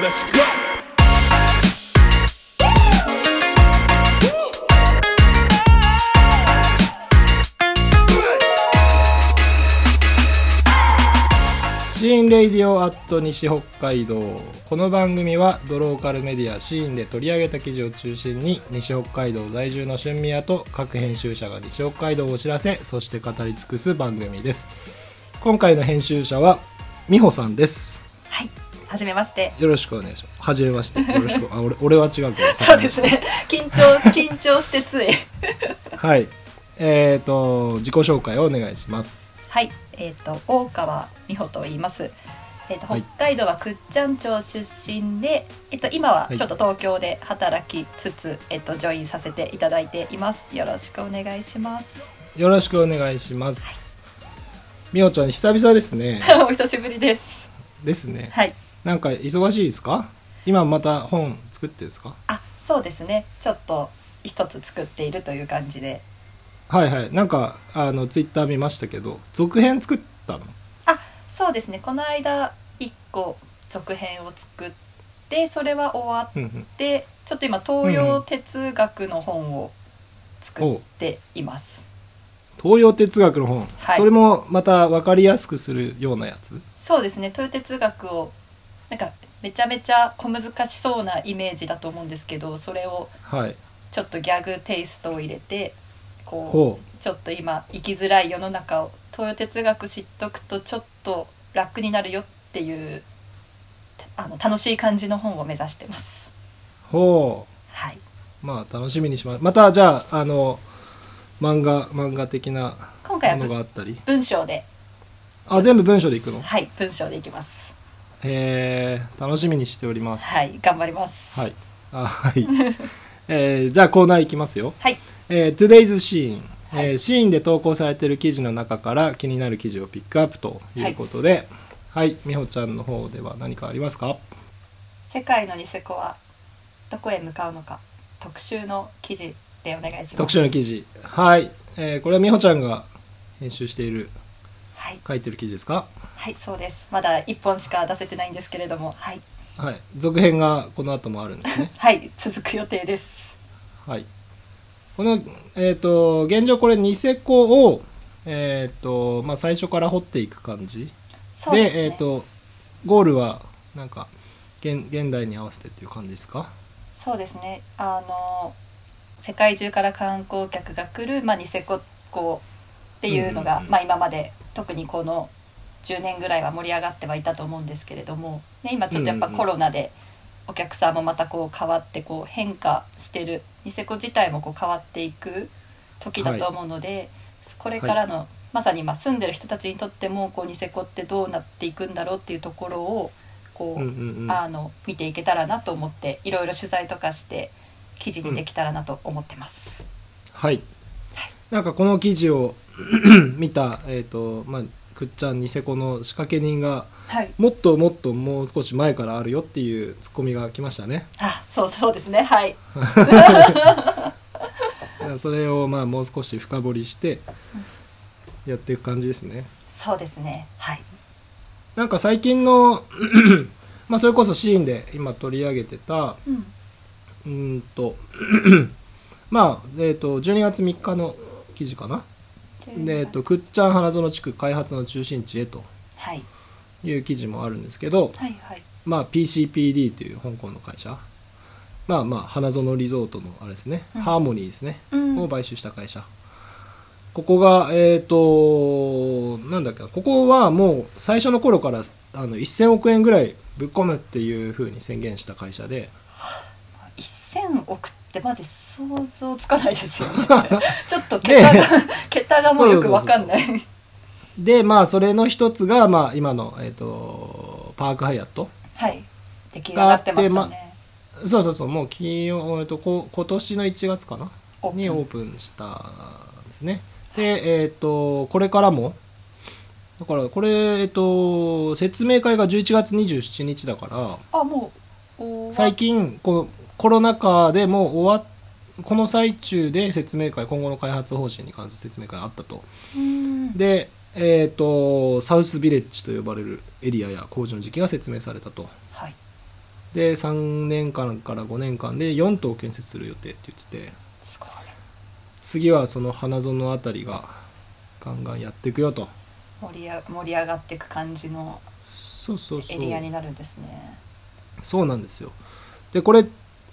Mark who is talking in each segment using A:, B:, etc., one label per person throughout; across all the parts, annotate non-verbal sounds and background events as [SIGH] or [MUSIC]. A: let's go.
B: 「シーンレイディオアット西北海道」この番組はドローカルメディアシーンで取り上げた記事を中心に西北海道在住の春宮と各編集者が西北海道を知らせそして語り尽くす番組です今回の編集者は美穂さんです
C: はい、はじめまして。
B: よろしくお願いしますはじめましてよろしくあ俺俺は違うけど
C: そうです [LAUGHS] ね。緊張、緊張してつい。
B: はいえっ、と自己紹介をお願いします
C: はい、えっ、と、大川美穂と言います。えっ、と、
B: は
C: 北
B: い
C: 海道は倶知安町出身で、えっ、と、今ははいちょっと東京で働きつつ、えっ、と、ジョインさせていただいています。よろしくお願いします。
B: よろしくお願いします美穂ちゃん久々ですね
C: [LAUGHS] お久しぶりです。
B: ですね
C: はい。
B: なんか忙しいですか今また本作ってるんですか
C: あ、そうですね。ちょっと一つ作っているという感じで。
B: はいはいなんかあのツイッター見ましたけど続編作ったの
C: あそうですねこの間1個続編を作ってそれは終わ
B: うんうん
C: ってちょっと今東洋哲学の本を作っています、
B: 東洋哲学の本、
C: はい
B: それもまた分かりやすくするようなやつ
C: そうですね東洋哲学をなんかめちゃめちゃ小難しそうなイメージだと思うんですけどそれを
B: はい
C: ちょっとギャグテイストを入れてこ
B: ほ
C: うちょっと今生きづらい世の中を東洋哲学知っとくとちょっと楽になるよっていうあの楽しい感じの本を目指してます。
B: うほ
C: はい、
B: うまあ楽しみにしますまたじゃああの漫画漫画的な
C: 今回は
B: もの
C: ぶ
B: があったり
C: 文章で、
B: あ全部文章でいくの
C: はい、文章でいきます。
B: えー、楽しみにしております
C: はい、頑張ります。
B: はい、あはい、 [LAUGHS] えーじゃあコーナーいきますよ
C: はい、
B: えー、Today's シーン、
C: はい
B: えーシーンで投稿されている記事の中から気になる記事をピックアップということではい、美穂ちゃんの方では何かありますか
C: 世界のニセコはどこへ向かうのか特集の記事でお願いします。
B: 特集の記事はい、えーこれは美穂ちゃんが編集している
C: はい、
B: 書いてる記事ですか
C: はい、そうです。まだ一本しか出せてないんですけれども、はい、
B: はい続編がこの後もあるん
C: [LAUGHS]
B: ですね
C: はい、続く予定です。
B: はいこのえっ、と現状これニセコをえっ、とまあ最初から掘っていく感じ
C: そうですね。
B: えっ、とゴールはなんか現現代に合わせてっていう感じですか
C: そうですね。あの世界中から観光客が来るまあニセコこうっていうのが、
B: うんうんうん
C: まあ今まで特にこの10年ぐらいは盛り上がってはいたと思うんですけれども、ね今ちょっとやっぱ
B: うんうんうん
C: コロナでお客さんもまたこう変わってこう変化してるニセコ自体もこう変わっていく時だと思うので、これからの、まさに今住んでる人たちにとってもこうニセコってどうなっていくんだろうっていうところをこ
B: うん
C: う、
B: うんうん
C: あの見ていけたらなと思っていろいろ取材とかして記事にできたらなと思ってます。
B: はい。なんかこの記事を [COUGHS] 見た、えっ、と、まあ、くっちゃんニセコの仕掛け人が、
C: はい。
B: もっともっともう少し前からあるよっていうツッコミが来ましたね。
C: あ、そうそうですね。はい。
B: だからそれをまあもう少し深掘りしてやっていく感じですね。
C: そうですね。はい。
B: なんか最近の [COUGHS] まあそれこそシーンで今取り上げてた
C: うん。
B: うーんと [COUGHS] まあえっ、と12月3日の記事かな。でえっ、とくっちゃん花園地区開発の中心地へと
C: はい。
B: いう記事もあるんですけど、
C: はいはい。
B: まあ、PCPD という香港の会社まあまあ花園リゾートのあれですね、
C: うん
B: ハーモニーですね、
C: うん
B: を買収した会社ここがえっ、となんだっけなここはもう最初の頃からあの1000億円ぐらいぶっ込むっていうふうに宣言した会社で
C: 1000億ってマジ想像つかないですよ
B: [LAUGHS]
C: ね。ちょっと桁
B: ね
C: が、 [LAUGHS] 桁がもうよくわかんない。
B: でまあそれの一つが、まあ、今の、えー、とパークハイアット
C: はい。出来上がってまし
B: だ
C: た
B: って
C: ね。
B: そうそうそうもう金曜、えー、とこ今年の1月かな
C: オープン
B: にオープンしたんですね。で、えっ、と、これからも、だからこれ、えっ、と、説明会が11月27日だか
C: あ、もうお
B: ら、
C: ー。
B: 最近、このコロナ禍でもう終わっこの最中で説明会、今後の開発方針に関する説明会があったと。
C: うん。
B: で、えっ、と、サウスビレッジと呼ばれるエリアや工事の時期が説明されたと。
C: はい。
B: で3年間から5年間で4棟建設する予定って言ってて
C: すごい
B: 次はその花園あたりがガンガンやっていくよと
C: 盛りあ盛り上がっていく感じの
B: そうそうそう
C: エリアになるんですね
B: そうなんですよでこれ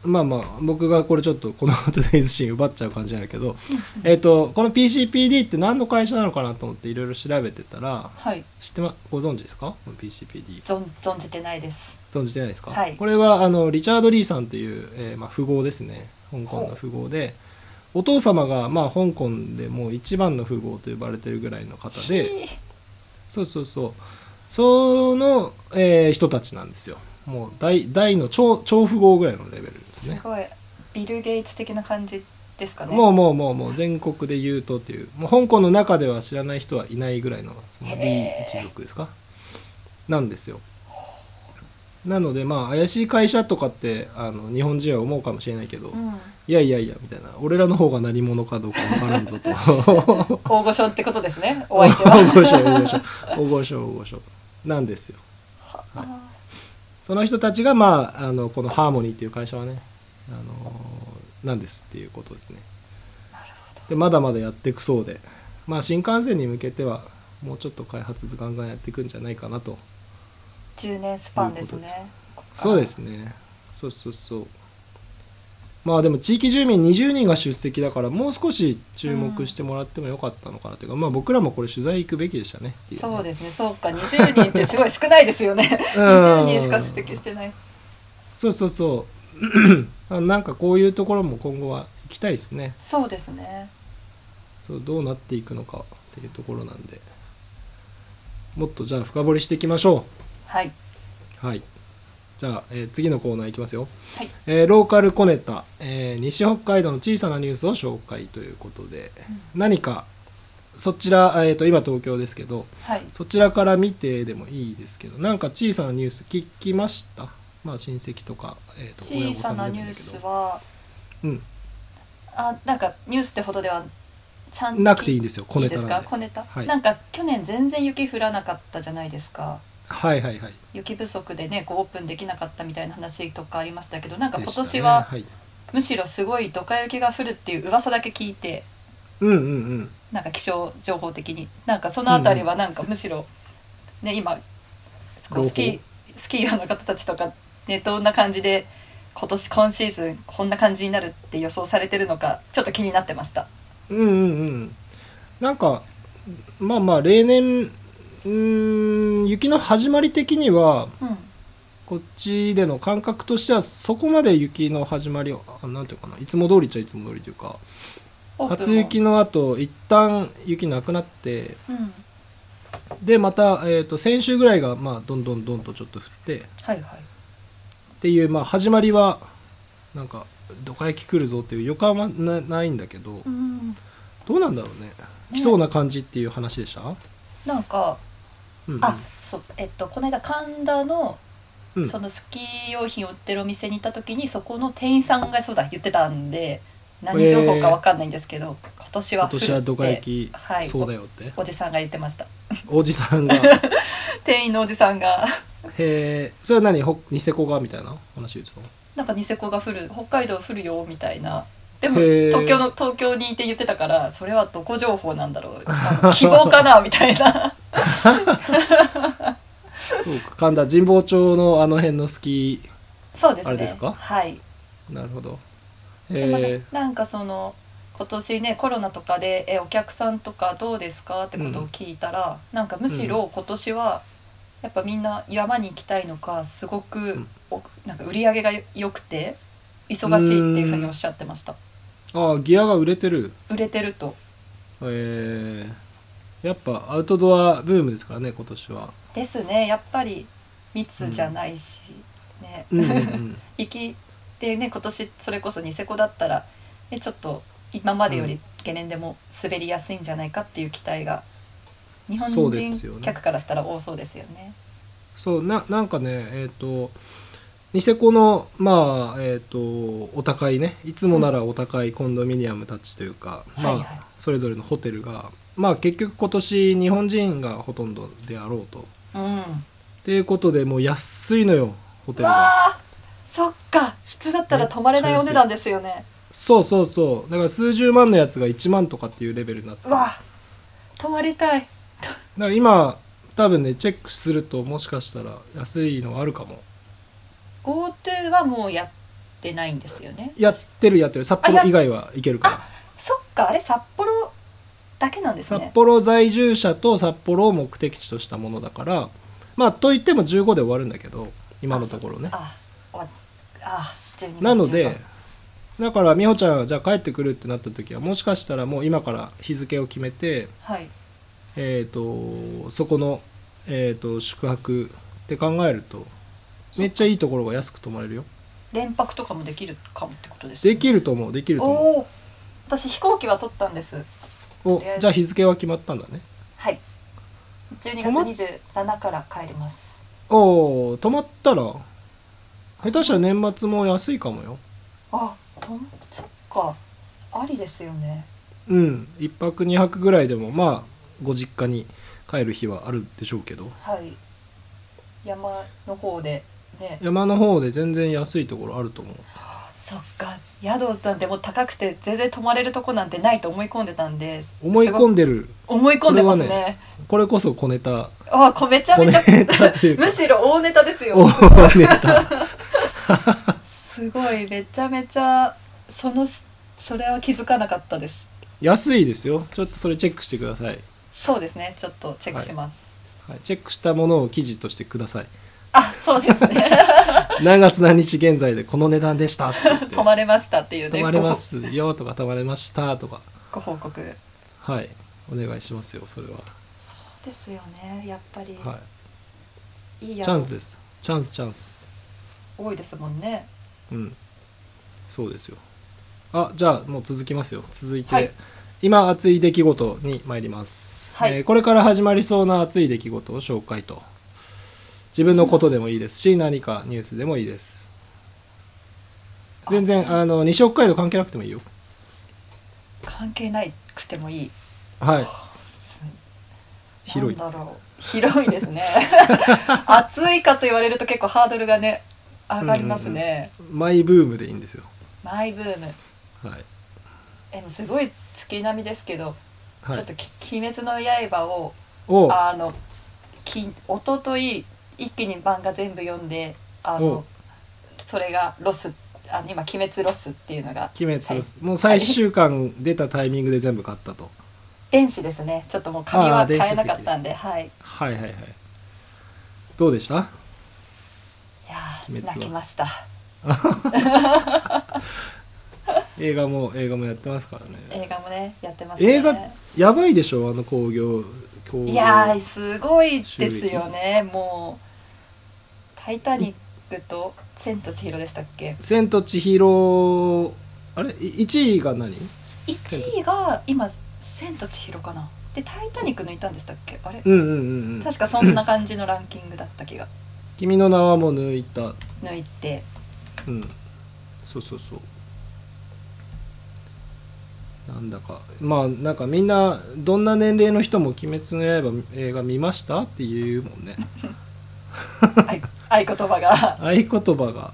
B: まあまあ僕がこれちょっとこのトゥデイズシーン奪っちゃう感じなんだけどえっとこの PCPD って何の会社なのかなと思っていろいろ調べてたら
C: はい
B: 知ってまご存知ですかこの PCPD
C: 存存じてないです
B: 存じてないですか、
C: はい
B: これはあのリチャード・リーさんという、えーまあ、富豪ですね香港の富豪でお父様が、まあ、香港でもう一番の富豪と呼ばれてるぐらいの方で
C: ひー
B: そうそうそうその、えー人たちなんですよもう大大の超超富豪ぐらいのレベルです
C: す
B: ね
C: ごいビル・ゲイツ的な感じですかね
B: もうもうもうもう全国で言うとっていうもう香港の中では知らない人はいないぐらいのその李
C: へー
B: 一族ですかなんですよなのでまあ怪しい会社とかってあの日本人は思うかもしれないけど、
C: うん、
B: いやいやいやみたいな俺らの方が何者かどうか分からんぞと
C: 大御所ってことですね [LAUGHS] お
B: 大
C: 相
B: [LAUGHS]
C: 手は
B: 御所大御所大御所大御所なんですよ
C: あ
B: その人たちがまああのこのハーモニーっていう会社はねあのなんですっていうことですね
C: ーなるほど
B: でまだまだやっていくそうで、まあ、新幹線に向けてはもうちょっと開発ガンガンやっていくんじゃないかなと
C: 10年スパンですねここから
B: そうですねそうそうそうまあでも地域住民20人が出席だからもう少し注目してもらってもよかったのかなというか、まあ僕らもこれ取材行くべきでしたねっていね
C: そうですねそうか20人ってすごい少ないですよね
B: うん
C: 20人しか指摘してない
B: そうそうそうあなんかこう [CLEARS THROAT] いうところも今後は行きたいですね
C: そうですね
B: そうどうなっていくのかっていうところなんでもっとじゃあ深掘りしていきましょう
C: はい
B: はい。じゃあ、えー次のコーナーいきますよ。
C: はい
B: えーローカルコネタ、えー西北海道の小さなニュースを紹介ということで、何かそちら、えー、と今東京ですけど
C: はい
B: そちらから見てでもいいですけどなんか小さなニュース聞きましたまあ親戚とか、えー、と親
C: 小
B: 御さ
C: さ
B: んでも
C: ない
B: いん
C: ニ
B: だ
C: ュー
B: け
C: ス
B: ど、
C: は
B: うん、
C: あなんかニュースってほどではちゃんと
B: なくていいんですよ小
C: い
B: ネ
C: いで
B: タ
C: す
B: なん
C: か
B: で
C: 小ネタ、
B: はい
C: なんか去年全然雪降らなかったじゃないですか
B: はいはいはい
C: 雪不足でねこうオープンできなかったみたいな話とかありましたけどなんか
B: で
C: 今
B: したね
C: 年は
B: はい、
C: むしろすごいドカ雪が降るっていう噂だけ聞いて
B: うんうんうん
C: なんか気象情報的になんかそのあたりはなんかむしろ、ね今こうスキー
B: 朗
C: スキーヤーの方たちとかねどんな感じで今年今シーズンこんな感じになるって予想されてるのかちょっと気になってました。
B: うんうんうんなんかまあまあ例年うーん雪の始まり的には
C: うん
B: こっちでの感覚としてはそこまで雪の始まりをあなんていうかないつも通りっちゃいつも通りというか
C: オープン
B: 初
C: も
B: 雪の後一旦雪なくなって
C: うん
B: でまた、えー、と先週ぐらいが、まあ、どんどんどんとちょっと降ってっ
C: はいはい
B: ていう、まあ、始まりはなんかどか雪来るぞっていう予感はなないんだけど、
C: うん
B: どうなんだろうね来そうな感じっていう話でした、
C: なんか
B: うんうん
C: あそうえっとこの間神田の
B: うん
C: そのスキー用品を売ってるお店に行った時にそこの店員さんがそうだ言ってたんで何情報かわかんないんですけど、今年は
B: 今
C: 降るって
B: 年はどか雪、
C: はい
B: そうだよって
C: おじさんが言ってました
B: おじさん
C: [LAUGHS]
B: がへ
C: 店員のおじさんが
B: えそれは何ほニセコがみたいな話言ってたの
C: なんかニセコが降る北海道降るよみたいなでも
B: へー
C: 東京の東京にいて言ってたからそれはどこ情報なんだろうなんか希望かなみたい
B: [LAUGHS]
C: な
B: そうか神田神保町のあの辺のスキ
C: そうですね
B: あれですか
C: はい
B: ーなるほど
C: でも
B: へ
C: ねなんかその今年ねコロナとかで「えお客さんとかどうですか?」ってことを聞いたら、なんかむしろ今年はやっぱみんな山に行きたいのかすごく
B: ん
C: お、なんか売り上げが良くて忙しいっていうふうにおっしゃってました
B: えああギアが売れてる
C: 売れてると
B: ええやっぱアウトドアブームですからね今年は
C: ですねやっぱり密じゃないし、ね、
B: うんうん
C: [LAUGHS]
B: うん
C: 行きでね今年それこそニセコだったらえちょっと今までよりゲレンデも滑りやすいんじゃないかっていう期待が日本
B: そうですよ
C: 人
B: ね
C: 客からしたら多そうですよね。
B: そうななんかねえっ、とニセコのまあえっ、とお高いねいつもならお高いコンドミニアムたちというか、
C: うん
B: まあ、
C: はいはい
B: それぞれのホテルがまあ結局今年日本人がほとんどであろうと
C: うん、わ
B: ということでもう安いのよホテルが
C: あそっか普通だったら泊まれないお値段ですよね
B: そうそうそうだから数十万のやつが1万とかっていうレベルになって
C: う
B: だか
C: わ泊まりたい
B: ら今多分ねチェックするともしかしたら安いのあるかも
C: GoTo はもうやってないんですよね
B: やってるやってる札幌以外は行けるから
C: そっかあれ札幌だけなんです
B: 札
C: ね
B: 幌在住者と札幌を目的地としたものだからまあといっても15で終わるんだけど今のところね
C: あ終わっあ12月
B: なの
C: 中
B: で
C: 盤
B: だから美穂ちゃんがじゃあ帰ってくるってなった時はもしかしたらもう今から日付を決めて
C: はい
B: えー、とそこの、えー、と宿泊って考えるとめっちゃいいところが安く泊まれるよ
C: 連泊とかもできるかもってことですね
B: できると思うできると思
C: おお私飛行機は取ったんです
B: うお
C: とりあえず
B: じゃあ日付は決まったんだね
C: はい
B: 泊まっ
C: 12月27から帰ります
B: おお泊まったら下手したら年末も安いかもよ
C: あとんそっかありですよね
B: うん1泊2泊ぐらいでもまあご実家に帰る日はあるでしょうけど
C: はい山の方でね
B: 山の方で全然安いところあると思う
C: そっか宿なんてもう高くて全然泊まれるとこなんてないと思い込んでたんです
B: 思い込
C: ん
B: んでる
C: 思い込んでますね
B: これはこれこそ小ネタ
C: あこめちゃめちゃ
B: 小ネタっていうか
C: [LAUGHS] むしろ大ネタですよ
B: 大ネタ
C: すごいめちゃめちゃそのそれは気づかなかったです
B: 安いですよちょっとそれチェックしてください
C: そうですねちょっとチェックします、
B: はい、チェックしたものを記事としてください
C: あそうですね
B: 何月何日現在でこの値 [LAUGHS] 段でしたって言って
C: 泊まれましたっていうね
B: 泊まれますよとか泊まれましたとか
C: ご報告そう
B: はいお願いしますよそれは、
C: ですよねやっぱり、、
B: はい
C: い
B: い、
C: 宿
B: チャンスですチャンスチャンス
C: 多いですもんね
B: うんそうですよあじゃあもう続きますよ続いて、
C: はい
B: 今熱い出来事に参ります、
C: はい
B: えーこれから始まりそうな熱い出来事を紹介と自分のことでもいいですし何かニュースでもいいです全然あの西北海道関係なくてもいいよ
C: 関係ないくてもいい
B: はい
C: す
B: 広い
C: なんだろう広いです
B: [LAUGHS]
C: ね暑いかと言われると結構ハードルがね上がりますね、
B: マイブームでいいんですよ
C: マイブーム
B: はい、
C: えもうすごい月並みですけど、
B: は
C: ちょっ
B: い
C: と、き「鬼滅の刃を」
B: おう
C: あのき一昨日一気に漫画全部読んであ
B: お
C: のそれがロスあ今「鬼滅ロス」っていうのが
B: 鬼滅
C: はい
B: のもう最終巻出たタイミングで全部買ったと
C: 電子ですねちょっともう紙
B: あー
C: は
B: 電子
C: 買えなかったんではい
B: はいはいはいどうでした
C: いや
B: 鬼
C: ー
B: 滅は
C: 泣きました
B: 映画も映画もやってますからね
C: 映画もねやってますね
B: 映画やばいでしょあの興行興行
C: いやーすごいですよねもう「タイタニック」と「千と千尋」でしたっけ
B: 千と千尋」あれ1位が何
C: 1位が今「千と千尋」かなで「タイタニック」抜いたんでしたっけあれ
B: うんうんうんうん
C: 確かそんな感じのランキングだった気が
B: 「君の名は」も抜いた
C: 抜いて
B: うんそうそうそうなんだかまあなんかみんなどんな年齢の人も「鬼滅の刃」映画見ましたっていうもんね
C: はい
B: [LAUGHS]
C: 合言葉が
B: 合言葉が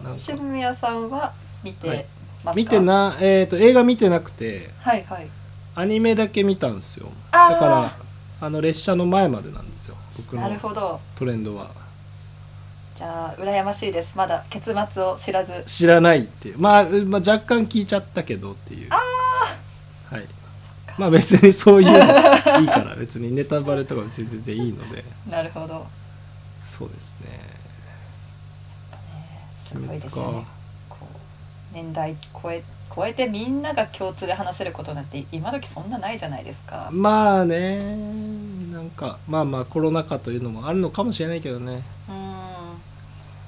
B: なんか
C: 渋谷さんは見てますか、
B: 見てな、えー、と映画見てなくて
C: はいはい
B: アニメだけ見たんですよ
C: あー
B: だからあの列車の前までなんですよ僕
C: なる
B: の
C: ほど
B: トレンドは
C: じゃあ羨ましいですまだ結末を知らず
B: 知らないっていう、まあ、うまあ若干聞いちゃったけどっていうはいまあ別にそういうのいいから [LAUGHS] 別にネタバレとか別に全然いいので
C: なるほど
B: そうですね
C: すごいですよねこう年代超え超えてみんなが共通で話せることなんて今時そんなないじゃないですか
B: まあねなんかまあまあコロナ禍というのもあるのかもしれないけどね
C: う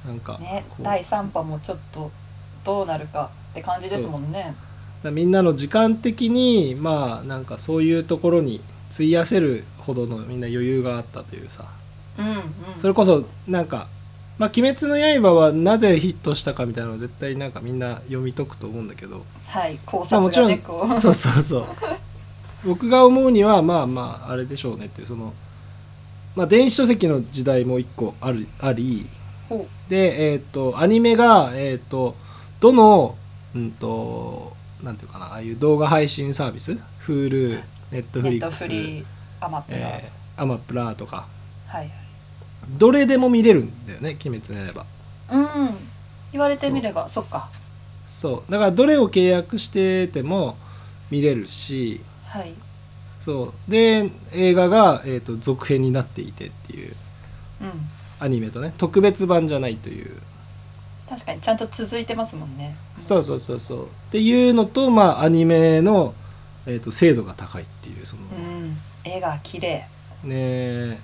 C: ー
B: なんか
C: んね
B: こう
C: 第3波もちょっとどうなるかって感じですもんね
B: だからみんなの時間的にまあなんかそういうところに費やせるほどのみんな余裕があったというさ
C: うんうん
B: それこそなんか「まあ、鬼滅の刃」はなぜヒットしたかみたいなのを絶対なんかみんな読み解くと思うんだけど
C: はい考
B: まあ
C: 察
B: もち
C: が
B: ろ
C: ね
B: ん
C: こ
B: [LAUGHS]
C: う
B: そうそうそう
C: [LAUGHS]
B: 僕が思うにはまあまああれでしょうねっていうその、まあ、電子書籍の時代も一個あるあり
C: ほ
B: で、えっとアニメが、えっとどの、うん、となんていうかなああいう動画配信サービス Hulu ネッ
C: う
B: トフ
C: ネ
B: リ
C: ッ
B: ッ
C: ト
B: クス
C: フ、リーアマプラ、
B: えーアマプラとか
C: はい
B: どれでも見れるんだよね「鬼滅の刃
C: うん言われてみればそっか」
B: そうだからどれを契約してても見れるし
C: はい
B: そうで映画が、えっと続編になっていてっていう
C: うん
B: アニメとね特別版じゃないという
C: 確かにちゃんと続いてますもんね
B: そうそうそうそうっていうのとまあアニメの、えー、と精度が高いっていうその
C: うん絵が綺麗
B: ね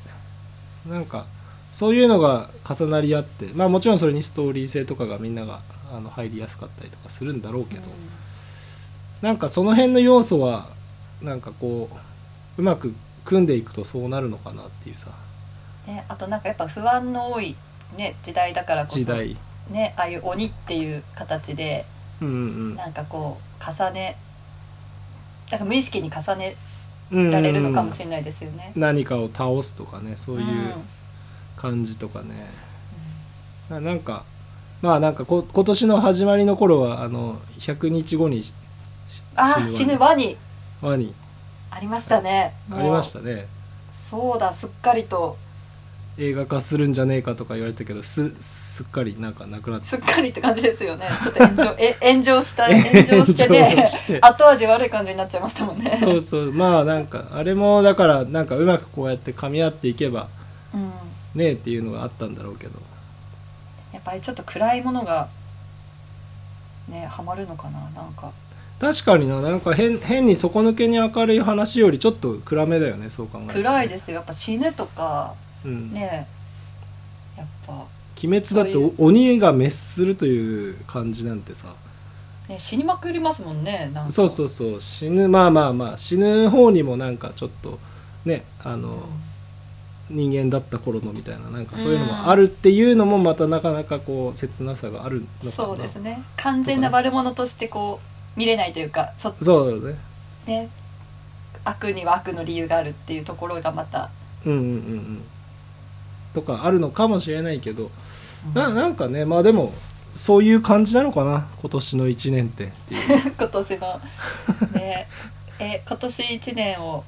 B: なんかそういうのが重なり合ってまあもちろんそれにストーリー性とかがみんながあの入りやすかったりとかするんだろうけど、なんかその辺の要素はなんかこううまく組んでいくとそうなるのかなっていうさ
C: うんね、あとなんかやっぱ不安の多い、ね、時代だからこそ
B: 時代
C: ね、ああいう鬼っていう形で
B: うんうん
C: なんかこう重ねなんか無意識に重ね
B: うん
C: られるのかもしれないですよね。
B: 何かを倒すとかねそうい
C: ん
B: う感じとかね、ななんかまあなんかこ今年の始まりの頃はあの100日後にしし
C: あー死ぬワニ
B: ワニ
C: ありましたね。もう
B: ありましたね
C: そうだすっかりと
B: 映画化するんじゃねえかとか言われたけどすすっかりなんかなくなって
C: すっかりって感じですよね。ちょっと炎上え [LAUGHS] 炎上した炎上してね
B: [LAUGHS] 炎上して
C: 後味悪い感じになっちゃいましたもんね。
B: そうそうまあなんかあれもだからなんかうまくこうやって噛み合っていけば
C: うん、
B: ねえっていうのがあったんだろうけど
C: やっぱりちょっと暗いものがねハマるのかななんか。
B: 確かにななんか変変に底抜けに明るい話よりちょっと暗めだよねそう考えると
C: 暗いですよやっぱ死ぬとか
B: うん
C: ねやっぱ、
B: 鬼滅だってお鬼が滅するという感じなんてさ
C: ね、死にまくりますもんねなんか
B: そうそうそう死ぬまあまあまあ死ぬ方にもなんかちょっとねあの、人間だった頃のみたいななんかそういうのもあるっていうのもまたなかなかこう切なさがあるのかな
C: そうですね完全な悪者としてこう見れないというかそ
B: そうだね
C: ね悪には悪の理由があるっていうところがまた、
B: うんうんうんうんとかあるのかもしれないけど
C: うん
B: ななんかねまあでもそういう感じなのかな今年の1年って [LAUGHS] っていう
C: 今
B: [LAUGHS]
C: 年のねえ今年1年を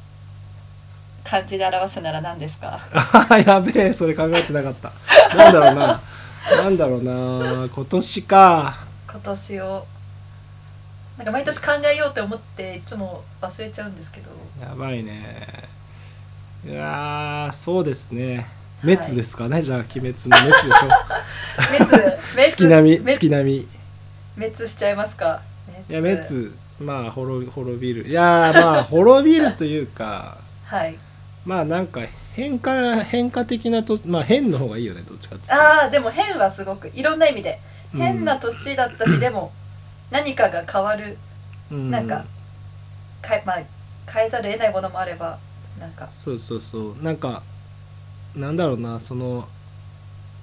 C: 漢字で表すなら何ですか
B: あーやべえそれ考えてなかったなんだろうななんだろうな今年か
C: 今年をなんか毎年考えようって思っていつも忘れちゃうんですけ [LAUGHS] ど
B: やばいねいやーそうですね滅ですかね、じゃあ鬼滅の滅でしょ
C: 滅
B: 月並み
C: 滅
B: 月並みい
C: 滅しちゃいますか
B: や滅まあ滅滅びるいやーまあ滅びるというか
C: はい
B: まあなんか変化変化的なとまあ変の方がいいよねどっちかっていうと
C: ああでも変はすごくいろんな意味で
B: うん
C: 変な年だったし、でも何かが変わる
B: う
C: なんかかえ、まあ、変えざるを得ないものもあればなんか
B: そうそうそうなんかなんだろうなその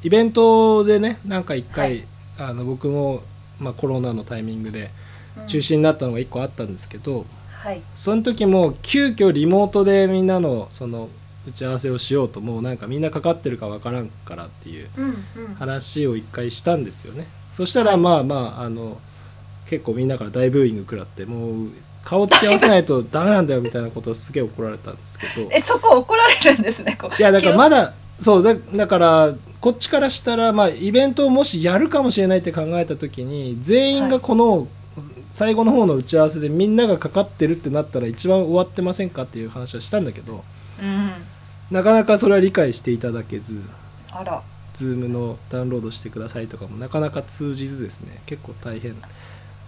B: イベントでねなんか一回、あの僕も、まあ、コロナのタイミングで
C: うん
B: 中止になったのが一個あったんですけど、
C: はい
B: その時も急遽リモートでみんなのその打ち合わせをしようともうなんかみんなかかってるかわからんからっていう
C: うんうん
B: 話を一回したんですよねそしたらまあまああの結構みんなから大ブーイング食らってもう顔つき合わせないとダメなんだよみたいなことをすげえ怒られたんですけど
C: えそこ怒られるんですねこう
B: いやだからま
C: だ
B: だそうだだからこっちからしたら、まあ、イベントをもしやるかもしれないって考えた時に全員がこの、最後の方の打ち合わせでみんながかかってるってなったら一番終わってませんかっていう話はしたんだけど
C: うん
B: なかなかそれは理解していただけず
C: あら
B: Zoom のダウンロードしてくださいとかもなかなか通じずですね結構大変だ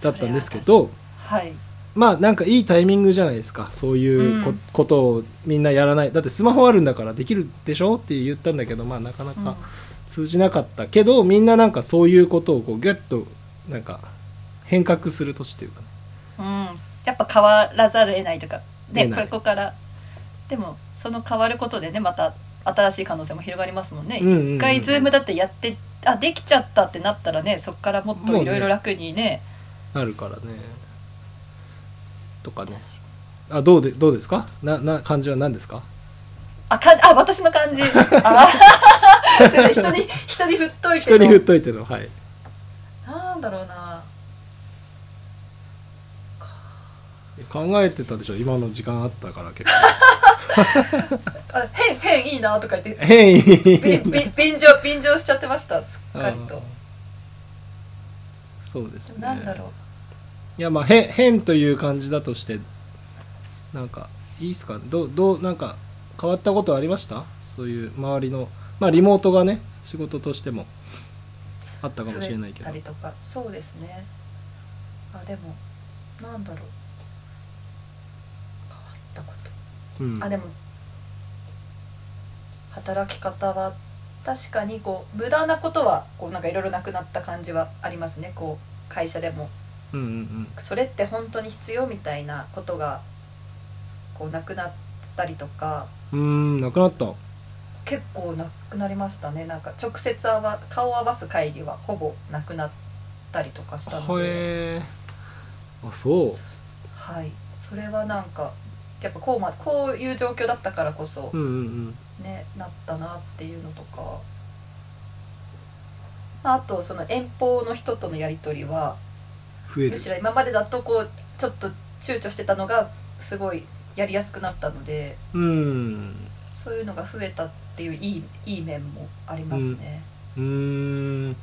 B: ったんですけど
C: はい
B: まあなんかいいタイミングじゃないですかそういうこ,、
C: うん
B: ことをみんなやらないだってスマホあるんだからできるでしょって言ったんだけどまあなかな
C: うん
B: か通じなかったけど、みんななんかそういうことをこうギュッとなんか変革する年というかね
C: うん、やっぱ変わらざるを得ないとかね
B: 得ない
C: ここからでもその変わることでねまた新しい可能性も広がりますもんね、
B: うんうんうんうん
C: 一回ズームだってやってあできちゃったってなったらねそこからもっといろいろ楽にね
B: なるからねとかね
C: 確か
B: あどうでどうですかなな感じは何ですか [LAUGHS]
C: あかんあ私の感じあそれで人に人に振っといて
B: 人
C: こ
B: に振っといてのはい、
C: なんだろうな
B: 考えてたでしょ今の時間あったから結
C: あ変変いいなとか言っ
B: 構
C: て
B: 変異
C: びび便乗便乗しちゃってましたすっかり
B: あー
C: と
B: そうですね
C: なんだろう
B: いやまあ変変という感じだとしてなんかいいっすかどうどうなんか変わったことありましたそういう周りのまあリモートがね仕事としてもあったかもしれないけど
C: 増えたりとかそうですねあでもなんだろう変わったこと
B: うん
C: あでも働き方は確かにこう無駄なことはこうなんかいろいろなくなった感じはありますねこう会社でも
B: うんうん
C: それって本当に必要みたいなことがこうなくなったりとか
B: うんうーんなくなった
C: 結構なくなりましたねなんか直接あわ顔を合わす会議はほぼなくなったりとかしたの
B: は
C: で、
B: えあそう
C: はい、それはなんかやっぱこう,、ま、こういう状況だったからこそ
B: うんうん
C: ねなったなっていうのとかまああとその遠方の人とのやり取りは
B: うん増え
C: む
B: る
C: しろ今までだとこうちょっと躊躇してたのがすごいやりやすくなったので
B: うん
C: そういうのが増えたっていういいいい面もありますね、
B: うーん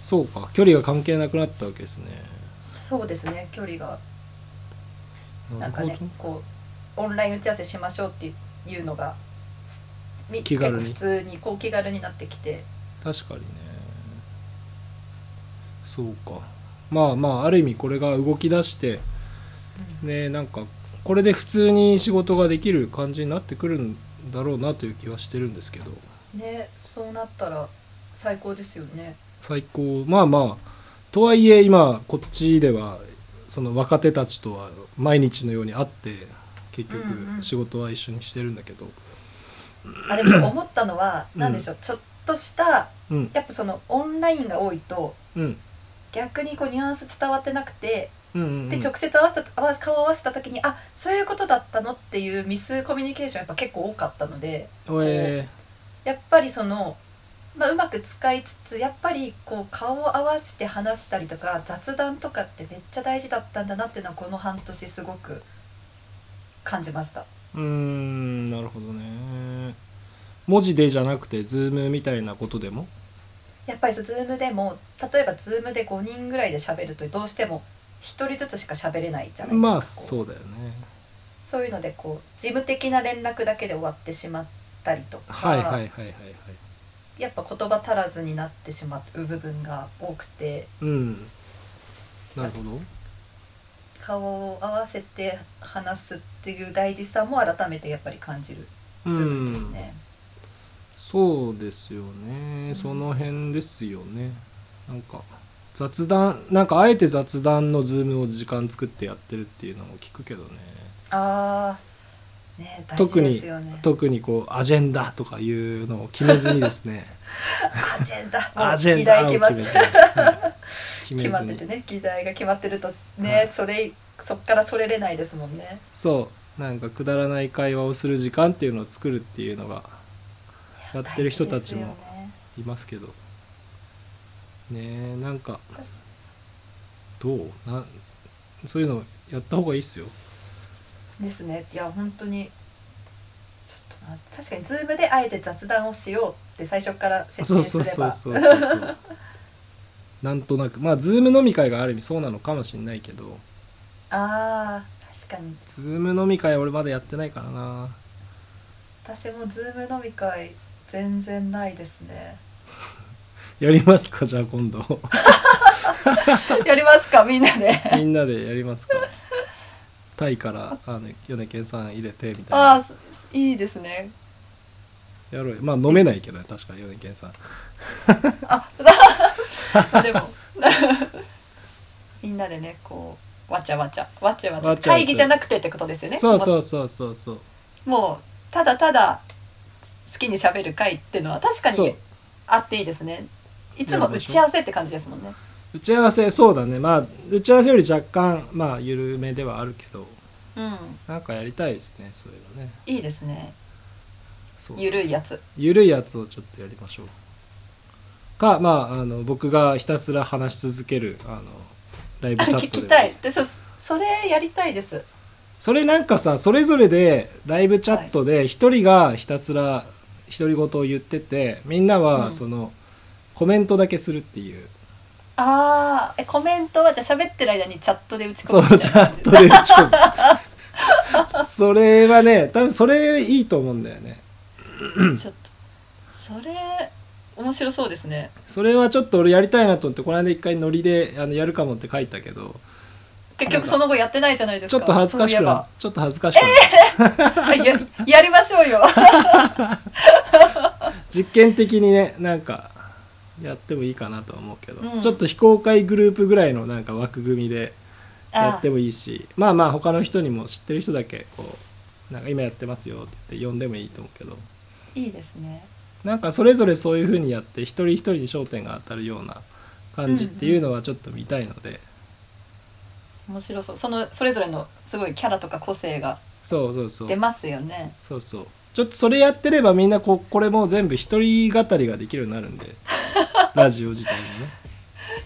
B: そうか距離が関係なくなったわけですね
C: そうですね距離が
B: な
C: なん
B: る
C: か
B: ほど
C: ねこうオンライン打ち合わせしましょうっていうのがすみ
B: 気軽に
C: 結構普通にこう気軽になってきて
B: 確かにねそうかまあまあある意味これが動き出してねなんかこれで普通に仕事ができる感じになってくるんだろうなという気はしてるんですけど
C: ねそうなったら最高ですよね
B: 最高まあまあとはいえ今こっちではその若手たちとは毎日のように会って結
C: うんう
B: 局
C: ん
B: 仕事は一緒にしてるんだけど
C: あで
B: [CLEARS THROAT]
C: も思ったのは
B: うん
C: 何でしょう、ちょっとした
B: うん
C: やっぱそのオンラインが多いと
B: うん
C: 逆にこうニュアンス伝わってなくて、
B: うんうんう
C: で
B: ん
C: 直接合わせた合わせ顔を合わせた時にあそういうことだったのっていうミスコミュニケーションやっぱ結構多かったので
B: おえ
C: やっぱりその、まあ、うまく使いつつやっぱりこう顔を合わせて話したりとか雑談とかってめっちゃ大事だったんだなっていうのはこの半年すごく感じました。
B: うーんなるほどね文字でじゃなくてズームみたいなことでも
C: やっぱりそうズームでも例えばズームで5人ぐらいで喋るとどうしても1人ずつしか喋れないじゃないですか、
B: まあ
C: こう
B: そうだよね
C: そういうのでこう事務的な連絡だけで終わってしまったりとか、
B: はいはいはいはいはい
C: やっぱ言葉足らずになってしまう部分が多くて
B: うんなるほど
C: 顔を合わせて話すっていう大事さも改めてやっぱり感じる
B: う
C: 部分です
B: ん
C: ね。
B: そうですよねその辺ですよねなんか雑談なんかあえて雑談のズームを時間作ってやってるっていうのも聞くけどね
C: あーね大
B: 特
C: 事で
B: に
C: すよ [LAUGHS] ね。
B: 特にこうアジェンダとかいうのを決めずにですね
C: アジェンダ [LAUGHS]
B: [LAUGHS]
C: も
B: ア
C: う
B: ジェ
C: 議
B: ンダ
C: 題
B: を
C: 決
B: 決
C: まっ
B: めず
C: て
B: に、はい決め
C: 決まっ
B: ず
C: て
B: に
C: てね議題が決まってるとね、
B: はい
C: それそっからそれれないですもんね
B: そうなんかくだらない会話をする時間っていうのを作るっていうのがやってる人たちもいますけどねえなんか
C: 大事ですよね
B: どうなんそういうのやった方がいいっすよ
C: ですねいや本当にちょっとな確かにズームであえて雑談をしようって最初から設
B: そう
C: 定す
B: そ
C: れ
B: う
C: ば
B: そうそうそうそう
C: [LAUGHS]
B: なんとなくまあズーム飲み会がある意味そうなのかもしれないけど
C: あー確かに
B: ズーム飲み会俺まだやってないからな
C: 私もズーム飲み会全然ないですね
B: やりますかじゃあ今度
C: [LAUGHS] やりますかみんなで、 [LAUGHS]
B: みんなでやりますかタイからあの米健さん入れてみたいな
C: ああいいですね
B: やろうよまあ飲めないけどね確か米健さん
C: あ [LAUGHS] でも [LAUGHS] みんなでねこうわちゃわちゃわちゃわち
B: わちゃ
C: ゃ
B: わちゃ
C: 会議じゃなくてってことですよね
B: そうそ
C: も
B: うそうそうそう
C: うもうただただ好きにしゃべる会っていうのは確か
B: そう
C: にあっていいですねいつも
B: やる
C: 打
B: でしょ
C: ち合わせって感じですもんね
B: 打ち合わせそうだねまあ打ち合わせより若干まあ緩めではあるけど
C: うん
B: なんかやりたいですねそういうのね
C: いいですね
B: そう
C: ゆるいやつ
B: ゆるいやつをちょっとやりましょうかまああの僕がひたすら話し続けるあのライブ
C: あ
B: チャ
C: 聞
B: ット
C: き
B: で
C: た
B: もいい
C: い
B: です
C: でそそれやりたいです
B: それなんかさそれぞれでライブチャットで一人がひたすら独り言を言っててみんな
C: う
B: は
C: ん
B: その、コメントだけするっていう
C: あーえコメントはじゃあ喋ってる間にチャットで打ち込
B: そ
C: む
B: う
C: み
B: チ
C: たい
B: ャ
C: な感
B: ッ
C: じ
B: トで打ち込むそれはね多分それいいと思うんだよね
C: ちょっとそれ面白そうですね
B: それはちょっと俺やりたいなと思ってこの間一回ノリであのやるかもって書いたけど
C: 結局その後やってないじゃないです
B: ちょ
C: か
B: っと恥ずかしくな
C: そ
B: ちょっと恥ずかしくな
C: ういえばあややりましょうよ
B: [LAUGHS] 実験的にねなんかやってもいいかなとは思うけど、
C: うん
B: ちょっと非公開グループぐらいのなんか枠組みでや
C: あ
B: ってもいいしまあまあ他の人にも知ってる人だけこうなんか今やってますよって言って呼んでもいいと思うけど
C: いいですね
B: なんかそれぞれそういう風にやって一人一人に焦点が当たるような感じっていうのはちょっと見たいので、
C: 面白そうそのそれぞれのすごいキャラとか個性が
B: そうそうそう
C: 出ますよね
B: そうそうちょっとそれやってればみんなここれもう全部一人語りができるようになるん
C: [LAUGHS]
B: でラジオ自体もね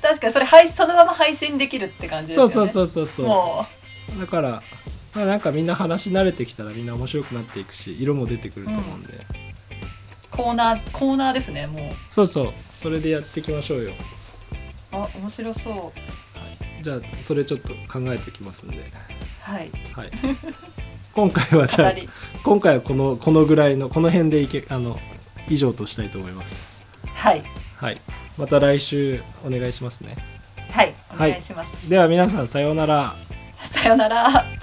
C: 確かにそれ配そのまま配信できるって感じです
B: そ
C: よ
B: う
C: ね
B: そうそうそうそう
C: も
B: だから、まあ、なんかみんな話し慣れてきたらみんな面白くなっていくし色も出てくると思うんで、
C: うコーナーコーナーですねもう
B: そうそうそれでやっていきましょうよ
C: あ面白そう
B: じゃあそれちょっと考えておきますんで、
C: はい
B: はい
C: [LAUGHS]
B: 今回はじゃ
C: 語
B: あ
C: り
B: 今回はこのこのぐらいのこの辺でいけあの以上としたいと思います
C: はい
B: はいまた来週お願いしますね
C: はいお
B: はい
C: 願いします、
B: では皆さんさようなら
C: さよなら